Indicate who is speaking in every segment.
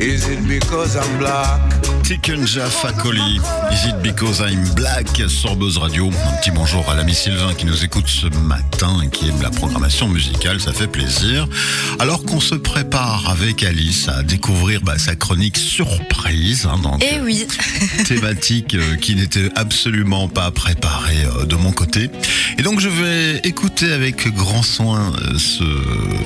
Speaker 1: Is it because I'm black?
Speaker 2: Tikunja Fakoli, Is it because I'm black Sorbeuse Radio. Un petit bonjour à l'ami Sylvain qui nous écoute ce matin et qui aime la programmation musicale, ça fait plaisir. Alors qu'on se prépare avec Alice à découvrir bah, sa chronique surprise, hein, donc,
Speaker 3: Eh oui,
Speaker 2: thématique euh, qui n'était absolument pas préparée euh, de mon côté. Et donc je vais écouter avec grand soin euh, ce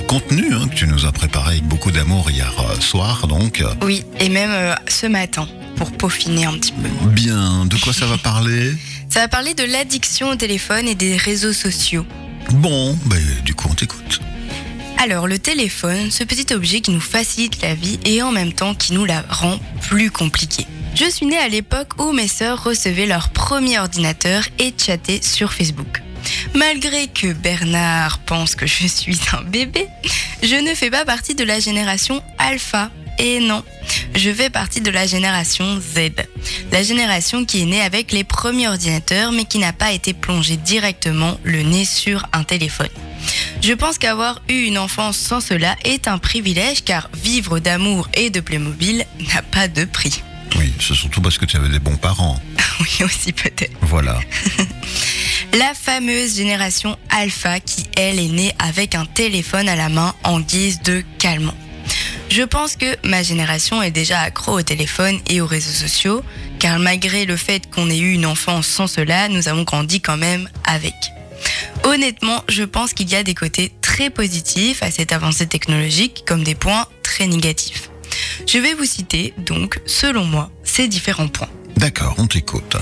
Speaker 2: contenu hein, que tu nous as préparé avec beaucoup d'amour hier euh, soir. Donc euh,
Speaker 3: oui, et même euh, ce matin, pour peaufiner un petit peu.
Speaker 2: bien, de quoi ça va parler
Speaker 3: Ça va parler de l'addiction au téléphone et des réseaux sociaux.
Speaker 2: Bon, bah, du coup on t'écoute.
Speaker 3: Alors, le téléphone, ce petit objet qui nous facilite la vie et en même temps qui nous la rend plus compliquée. Je suis née à l'époque où mes sœurs recevaient leur premier ordinateur et chattaient sur Facebook. Malgré que Bernard pense que je suis un bébé, je ne fais pas partie de la génération alpha. Et non, je fais partie de la génération Z. La génération qui est née avec les premiers ordinateurs mais qui n'a pas été plongée directement le nez sur un téléphone. Je pense qu'avoir eu une enfance sans cela est un privilège car vivre d'amour et de Playmobil n'a pas de prix.
Speaker 2: Oui, c'est surtout parce que tu avais des bons parents.
Speaker 3: Oui aussi peut-être.
Speaker 2: Voilà.
Speaker 3: La fameuse génération alpha qui elle est née avec un téléphone à la main en guise de calmant. Je pense que ma génération est déjà accro au téléphone et aux réseaux sociaux car malgré le fait qu'on ait eu une enfance sans cela, nous avons grandi quand même avec. Honnêtement, je pense qu'il y a des côtés très positifs à cette avancée technologique comme des points très négatifs. Je vais vous citer donc, selon moi, ces différents points.
Speaker 2: D'accord, on t'écoute.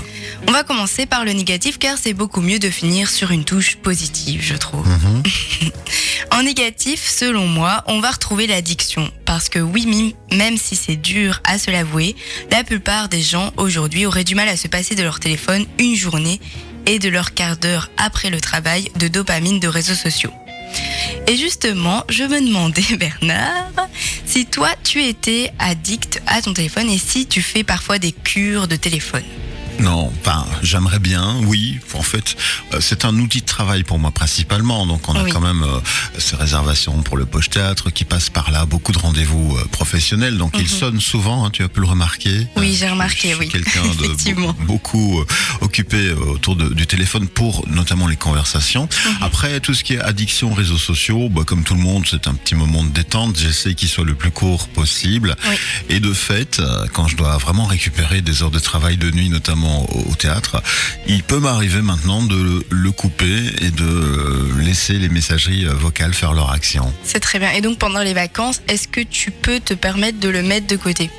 Speaker 3: On va commencer par le négatif car c'est beaucoup mieux de finir sur une touche positive, je trouve.
Speaker 2: Mhm.
Speaker 3: En négatif, selon moi, on va retrouver l'addiction. Parce que oui, mime- même si c'est dur à se l'avouer, la plupart des gens aujourd'hui auraient du mal à se passer de leur téléphone une journée et de leur quart d'heure après le travail de dopamine de réseaux sociaux. Et justement, je me demandais, Bernard, si toi tu étais addict à ton téléphone et si tu fais parfois des cures de téléphone.
Speaker 2: Non, enfin, j'aimerais bien, oui. En fait, euh, c'est un outil de travail pour moi principalement. Donc, on a
Speaker 3: Oui.
Speaker 2: quand même euh, ces réservations pour le poche théâtre qui passent par là, beaucoup de rendez-vous euh, professionnels. Donc, ils
Speaker 3: Mhm.
Speaker 2: sonnent souvent. hein, tu as pu le remarquer.
Speaker 3: Oui,
Speaker 2: Euh,
Speaker 3: j'ai
Speaker 2: je-
Speaker 3: remarqué,
Speaker 2: je suis
Speaker 3: oui.
Speaker 2: Quelqu'un de
Speaker 3: Effectivement.
Speaker 2: be- beaucoup euh, occupé euh, autour de- du téléphone pour notamment les conversations.
Speaker 3: Mhm.
Speaker 2: Après, tout ce qui est addiction, réseaux sociaux, bah, comme tout le monde, c'est un petit moment de détente. J'essaie qu'il soit le plus court possible.
Speaker 3: Oui.
Speaker 2: Et de fait, euh, quand je dois vraiment récupérer des heures de travail de nuit, notamment au, au théâtre, il peut m'arriver maintenant de le, le couper et de euh, laisser les messageries euh, vocales faire leur action.
Speaker 3: C'est très bien. Et donc pendant les vacances, est-ce que tu peux te permettre de le mettre de côté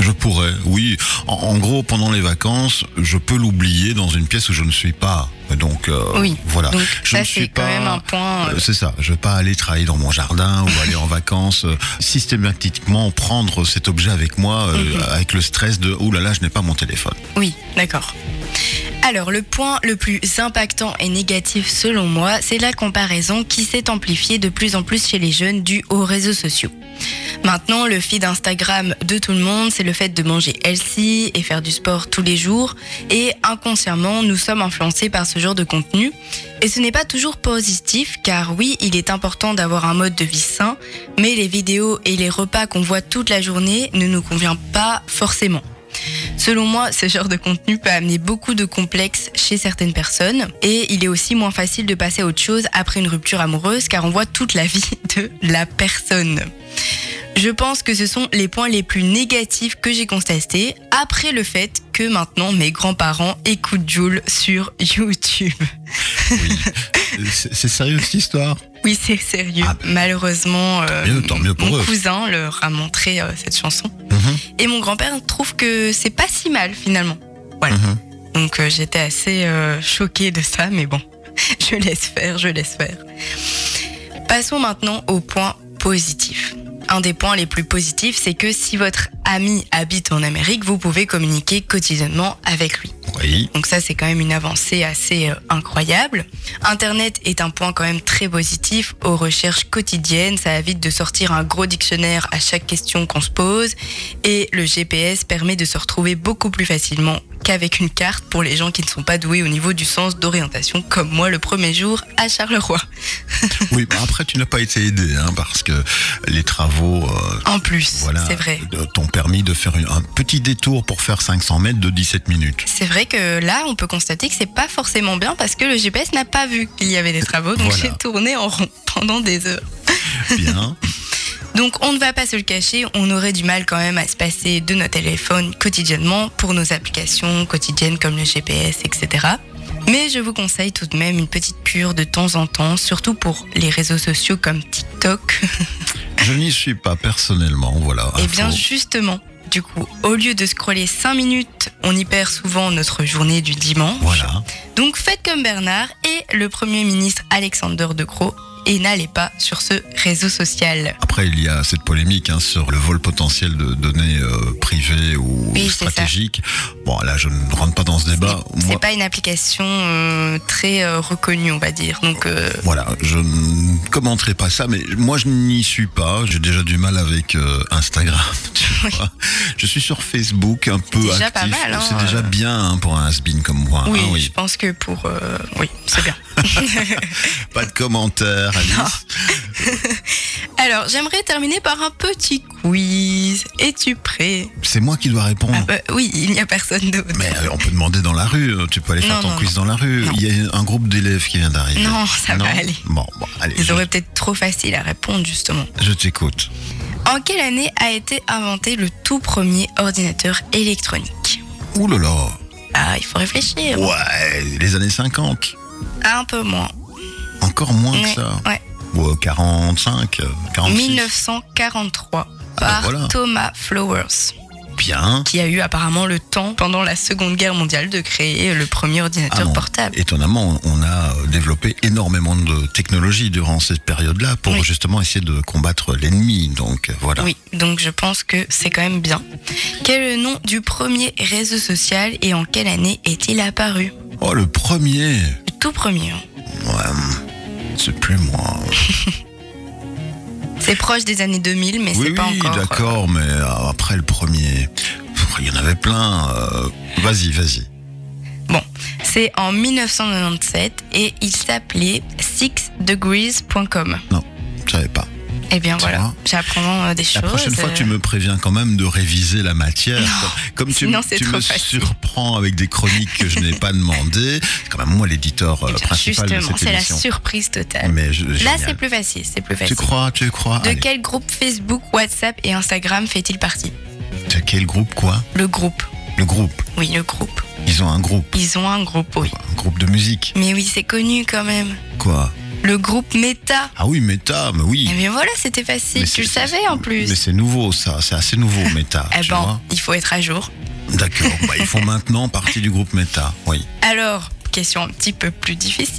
Speaker 2: Je pourrais, oui. En, en gros, pendant les vacances, je peux l'oublier dans une pièce où je ne suis pas. Donc, euh,
Speaker 3: Oui.
Speaker 2: voilà.
Speaker 3: Donc
Speaker 2: je ne
Speaker 3: ça
Speaker 2: suis
Speaker 3: c'est quand
Speaker 2: pas-
Speaker 3: même un point. euh,
Speaker 2: Euh, C'est ça, je vais pas aller travailler dans mon jardin ou aller en vacances, euh, systématiquement prendre cet objet avec moi, euh,
Speaker 3: Mhm.
Speaker 2: avec le stress de ⁇ Ouh là là, je n'ai pas mon téléphone
Speaker 3: Oui, d'accord. Alors, le point le plus impactant et négatif selon moi, c'est la comparaison qui s'est amplifiée de plus en plus chez les jeunes due aux réseaux sociaux. Maintenant, le feed Instagram de tout le monde, c'est le fait de manger healthy et faire du sport tous les jours. Et inconsciemment, nous sommes influencés par ce genre de contenu. Et ce n'est pas toujours positif, car oui, il est important d'avoir un mode de vie sain, mais les vidéos et les repas qu'on voit toute la journée ne nous convient pas forcément. Selon moi, ce genre de contenu peut amener beaucoup de complexes chez certaines personnes et il est aussi moins facile de passer à autre chose après une rupture amoureuse car on voit toute la vie de la personne. Je pense que ce sont les points les plus négatifs que j'ai constatés après le fait que maintenant mes grands-parents écoutent Jules sur YouTube.
Speaker 2: ⁇ C'est c'est sérieux cette histoire
Speaker 3: Oui, c'est sérieux.
Speaker 2: Ah ben.
Speaker 3: Malheureusement, euh,
Speaker 2: mieux, tant mieux pour
Speaker 3: mon
Speaker 2: eux.
Speaker 3: cousin leur a montré euh, cette chanson
Speaker 2: Mhm,
Speaker 3: et mon grand-père trouve que c'est pas si mal finalement. Voilà.
Speaker 2: mhm.
Speaker 3: Donc euh, j'étais assez euh, choquée de ça, mais bon, je laisse faire, je laisse faire. Passons maintenant au point positif. Un des points les plus positifs, c'est que si votre ami habite en Amérique, vous pouvez communiquer quotidiennement avec lui.
Speaker 2: Oui.
Speaker 3: Donc ça, c'est quand même une avancée assez euh, incroyable. Internet est un point quand même très positif aux recherches quotidiennes. Ça évite de sortir un gros dictionnaire à chaque question qu'on se pose. Et le GPS permet de se retrouver beaucoup plus facilement qu'avec une carte pour les gens qui ne sont pas doués au niveau du sens d'orientation, comme moi le premier jour à Charleroi.
Speaker 2: Oui, bah après, tu n'as pas été aidé, hein, parce que les travaux. euh,
Speaker 3: En plus,
Speaker 2: voilà,
Speaker 3: c'est vrai.
Speaker 2: euh, t'ont permis de faire une- un petit détour pour faire 500 mètres de 17 minutes.
Speaker 3: C'est vrai que là, on peut constater que c'est pas forcément bien parce que le GPS n'a pas vu qu'il y avait des travaux, donc
Speaker 2: Voilà.
Speaker 3: j'ai tourné en rond pendant des heures.
Speaker 2: Bien.
Speaker 3: Donc on ne va pas se le cacher, on aurait du mal quand même à se passer de nos téléphones quotidiennement pour nos applications quotidiennes comme le GPS, etc. Mais je vous conseille tout de même une petite cure de temps en temps, surtout pour les réseaux sociaux comme TikTok.
Speaker 2: Je n'y suis pas personnellement, voilà.
Speaker 3: Et Eh bien
Speaker 2: info.
Speaker 3: justement, du coup, au lieu de scroller 5 minutes, on y perd souvent notre journée du dimanche.
Speaker 2: Voilà.
Speaker 3: Donc faites comme Bernard et le Premier ministre Alexander De Croo et n'allez pas sur ce réseau social.
Speaker 2: Après, il y a cette polémique hein, sur le vol potentiel de données euh, privées ou
Speaker 3: Oui, c'est ça.
Speaker 2: stratégiques. Bon, là, je ne rentre pas dans ce débat. Bah, Moi,
Speaker 3: C'est pas une application euh, très euh, reconnue, on va dire. Donc euh,
Speaker 2: Voilà, je ne commenterai pas ça, mais moi je n'y suis pas. J'ai déjà du mal avec euh, Instagram. tu vois. Je suis sur Facebook, un peu
Speaker 3: déjà
Speaker 2: actif.
Speaker 3: pas mal, hein,
Speaker 2: C'est déjà
Speaker 3: euh.
Speaker 2: bien hein, pour un has-been comme moi.
Speaker 3: oui,
Speaker 2: Ah
Speaker 3: je pense que pour euh, oui, c'est bien.
Speaker 2: Pas de commentaires, Alice.
Speaker 3: Alors, j'aimerais terminer par un petit quiz. Es-tu prêt
Speaker 2: C'est moi qui dois répondre.
Speaker 3: Ah bah, oui, il n'y a personne d'autre.
Speaker 2: Mais euh, on peut demander dans la rue. euh, Tu peux aller faire
Speaker 3: Non,
Speaker 2: ton
Speaker 3: non,
Speaker 2: quiz dans la rue.
Speaker 3: Non.
Speaker 2: Il y a un groupe d'élèves qui vient d'arriver.
Speaker 3: Non, ça va aller.
Speaker 2: Bon, bon, allez.
Speaker 3: Ils
Speaker 2: Je,
Speaker 3: auraient peut-être trop facile à répondre justement.
Speaker 2: je t'écoute.
Speaker 3: En quelle année a été inventé le tout premier ordinateur électronique
Speaker 2: Ouh là là.
Speaker 3: Ah, il faut réfléchir.
Speaker 2: Oh. Ouais, les années 50.
Speaker 3: Un peu moins.
Speaker 2: Encore moins que
Speaker 3: Ouais,
Speaker 2: ça.
Speaker 3: ouais.
Speaker 2: Ouais, 45, euh, 46.
Speaker 3: 1943
Speaker 2: Ah,
Speaker 3: par
Speaker 2: ben voilà.
Speaker 3: Thomas Flowers,
Speaker 2: Bien.
Speaker 3: qui a eu apparemment le temps pendant la Seconde Guerre mondiale de créer le premier
Speaker 2: Ah
Speaker 3: ordinateur
Speaker 2: non.
Speaker 3: portable.
Speaker 2: Étonnamment, on a euh, développé énormément de technologies durant cette période-là pour
Speaker 3: Oui.
Speaker 2: justement essayer de combattre l'ennemi. Donc euh, voilà.
Speaker 3: Oui, donc je pense que c'est quand même bien. Quel est le nom du premier réseau social et en quelle année est-il apparu
Speaker 2: Oh, le premier
Speaker 3: Le tout premier. hein.
Speaker 2: Ouais, C'est plus moi.
Speaker 3: C'est proche des années 2000, mais
Speaker 2: oui,
Speaker 3: c'est pas
Speaker 2: oui,
Speaker 3: encore. euh,
Speaker 2: d'accord, mais euh, après le premier, pff, il y en avait plein. euh, Vas-y, vas-y.
Speaker 3: C'est en 1997 et il s'appelait sixdegrees.com.
Speaker 2: Je savais pas.
Speaker 3: Eh bien
Speaker 2: Ça
Speaker 3: voilà,
Speaker 2: va.
Speaker 3: j'apprends euh, des
Speaker 2: La
Speaker 3: choses.
Speaker 2: prochaine fois,
Speaker 3: euh,
Speaker 2: tu me préviens quand même de réviser la matière. Comme tu,
Speaker 3: sinon
Speaker 2: me-
Speaker 3: c'est
Speaker 2: tu
Speaker 3: trop
Speaker 2: me
Speaker 3: facile.
Speaker 2: surprends avec des chroniques que je n'ai pas demandées, c'est quand même moi l'éditeur euh,
Speaker 3: eh bien,
Speaker 2: principal de
Speaker 3: Justement,
Speaker 2: cette
Speaker 3: c'est la
Speaker 2: émission.
Speaker 3: surprise totale.
Speaker 2: Mais je-
Speaker 3: Là,
Speaker 2: génial.
Speaker 3: c'est plus facile, c'est plus
Speaker 2: Tu
Speaker 3: facile.
Speaker 2: crois, tu crois
Speaker 3: De
Speaker 2: Allez.
Speaker 3: quel groupe Facebook, WhatsApp et Instagram fait-il partie
Speaker 2: De quel groupe quoi
Speaker 3: Le groupe.
Speaker 2: Le groupe.
Speaker 3: Oui, le groupe.
Speaker 2: Ils ont un groupe.
Speaker 3: Ils ont un groupe, oui.
Speaker 2: Un groupe de musique.
Speaker 3: Mais oui, c'est connu quand même.
Speaker 2: Quoi
Speaker 3: Le groupe Meta.
Speaker 2: Ah oui, Meta, mais oui.
Speaker 3: Eh bien voilà, c'était facile.
Speaker 2: Mais
Speaker 3: Tu le
Speaker 2: c'est-
Speaker 3: savais en
Speaker 2: Mais
Speaker 3: plus.
Speaker 2: c'est nouveau ça, c'est assez nouveau Meta.
Speaker 3: Eh
Speaker 2: tu
Speaker 3: ben,
Speaker 2: vois
Speaker 3: il faut être à jour.
Speaker 2: D'accord, bah, ils font maintenant partie du groupe Meta, oui.
Speaker 3: Alors, question un petit peu plus difficile.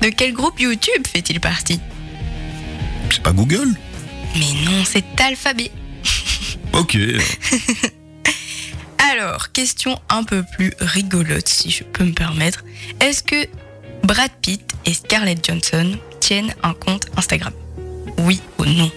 Speaker 3: De quel groupe YouTube fait-il partie
Speaker 2: C'est pas Google
Speaker 3: Mais non, c'est Alphabet.
Speaker 2: Ok.
Speaker 3: Alors, question un peu plus rigolote, si je peux me permettre. Est-ce que Brad Pitt et Scarlett Johnson tiennent un compte Instagram Oui ou non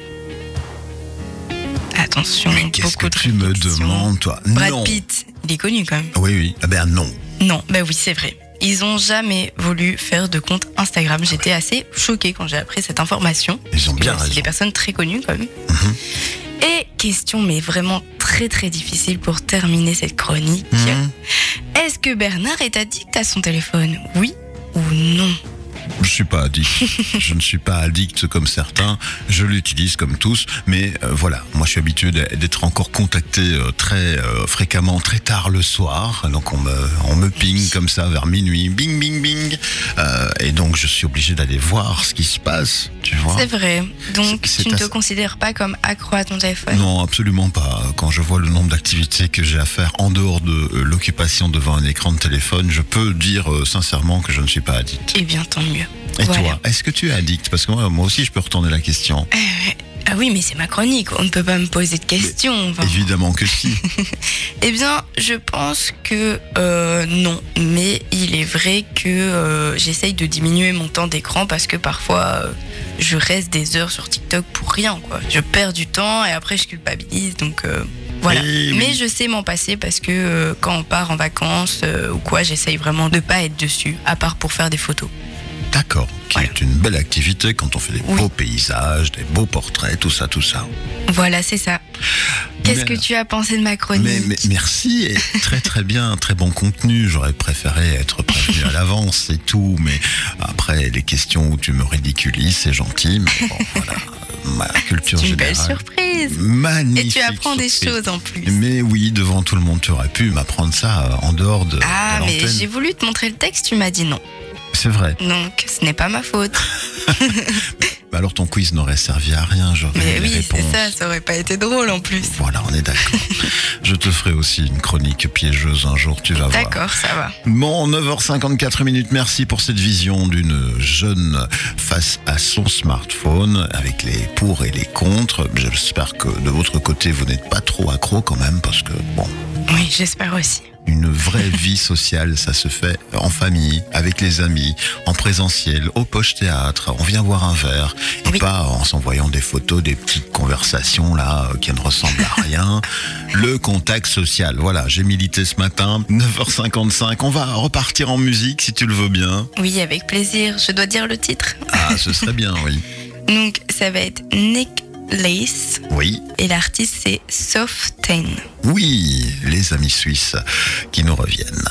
Speaker 3: Attention,
Speaker 2: Mais qu'est-ce que
Speaker 3: Mmh, beaucoup de
Speaker 2: tu me
Speaker 3: réflexions.
Speaker 2: demandes, toi
Speaker 3: Brad
Speaker 2: Non.
Speaker 3: Pitt, il est connu quand même.
Speaker 2: Ah Oui, oui. Ah ben non.
Speaker 3: Non, bah oui, c'est vrai. Ils ont jamais voulu faire de compte Instagram. J'étais assez choquée quand j'ai appris cette information.
Speaker 2: Ils ont bien
Speaker 3: C'est
Speaker 2: raison. Mhm.
Speaker 3: des personnes très connues quand même. Et question, mais vraiment très très difficile pour terminer cette chronique.
Speaker 2: Hmm.
Speaker 3: Est-ce que Bernard est addict à son téléphone Oui ou non
Speaker 2: Je suis pas addict. je ne suis pas addict comme certains. Je l'utilise comme tous, mais euh, voilà, moi je suis habitué d'être d'être encore contacté euh, très euh, fréquemment, très tard le soir. Donc on me, on me ping comme ça vers minuit, bing bing bing, Euh, et donc je suis obligé d'aller voir ce qui se passe, tu vois.
Speaker 3: C'est vrai. Donc
Speaker 2: C'est- c'est
Speaker 3: tu ne te
Speaker 2: assez-
Speaker 3: considères pas comme accro à ton téléphone
Speaker 2: Non, absolument pas. Quand je vois le nombre d'activités que j'ai à faire en dehors de euh, l'occupation devant un écran de téléphone, je peux dire euh, sincèrement que je ne suis pas addict.
Speaker 3: Eh bien tant mieux.
Speaker 2: Et
Speaker 3: Voilà.
Speaker 2: toi, est-ce que tu es addict Parce que moi, moi aussi, je peux retourner la question.
Speaker 3: Ah oui, mais c'est ma chronique, on ne peut pas me poser de questions. enfin.
Speaker 2: Évidemment que si.
Speaker 3: Eh bien, je pense que euh, non, mais il est vrai que euh, j'essaye de diminuer mon temps d'écran parce que parfois euh, je reste des heures sur TikTok pour rien, quoi. Je perds du temps et après je culpabilise, donc euh, voilà.
Speaker 2: Eh oui.
Speaker 3: Mais je sais m'en passer parce que euh, quand on part en vacances euh, ou quoi, j'essaye vraiment de pas être dessus, à part pour faire des photos.
Speaker 2: D'accord, qui est une belle activité quand on fait des
Speaker 3: Oui.
Speaker 2: beaux paysages, des beaux portraits, tout ça, tout ça.
Speaker 3: Voilà, c'est ça. Qu'est-ce
Speaker 2: Mais
Speaker 3: que
Speaker 2: alors-
Speaker 3: tu as pensé de ma chronique
Speaker 2: Mais, mais merci, et très très bien, très bon contenu. J'aurais préféré être prévenu à l'avance, c'est tout. Mais après, les questions où tu me ridiculises, c'est gentil. Mais bon, voilà, ma culture
Speaker 3: C'est une
Speaker 2: générale.
Speaker 3: belle surprise.
Speaker 2: Magnifique.
Speaker 3: Et tu apprends des
Speaker 2: surprise.
Speaker 3: choses en plus.
Speaker 2: Mais oui, devant tout le monde, tu aurais pu m'apprendre ça euh, en dehors de,
Speaker 3: Ah,
Speaker 2: de
Speaker 3: mais
Speaker 2: l'antenne.
Speaker 3: j'ai voulu te montrer le texte, tu m'as dit non.
Speaker 2: C'est vrai.
Speaker 3: Donc, ce n'est pas ma faute.
Speaker 2: Bah alors ton quiz n'aurait servi à rien, j'aurais
Speaker 3: Mais
Speaker 2: eu les
Speaker 3: oui, c'est
Speaker 2: réponses.
Speaker 3: ça, ça aurait pas été drôle en plus.
Speaker 2: Voilà, on est d'accord. Je te ferai aussi une chronique piégeuse un jour, tu vas voir.
Speaker 3: D'accord, ça va.
Speaker 2: Bon, 9h54 minutes, merci pour cette vision d'une jeune face à son smartphone, avec les pour et les contre. J'espère que de votre côté, vous n'êtes pas trop accro quand même, parce que, bon,
Speaker 3: Oui, j'espère aussi.
Speaker 2: une vraie vie sociale, ça se fait en famille, avec les amis, en présentiel, au poche théâtre, on vient boire un verre, et
Speaker 3: Oui.
Speaker 2: pas en s'envoyant des photos, des petites conversations là euh, qui ne ressemblent à rien. Le contact social, voilà, j'ai milité ce matin, 9h55, on va repartir en musique si tu le veux bien.
Speaker 3: Oui, avec plaisir. Je dois dire le titre.
Speaker 2: Ah, ce serait bien, oui.
Speaker 3: Donc, ça va être Nick Lace
Speaker 2: Oui.
Speaker 3: et l'artiste c'est Soften.
Speaker 2: Oui, les amis suisses qui nous reviennent.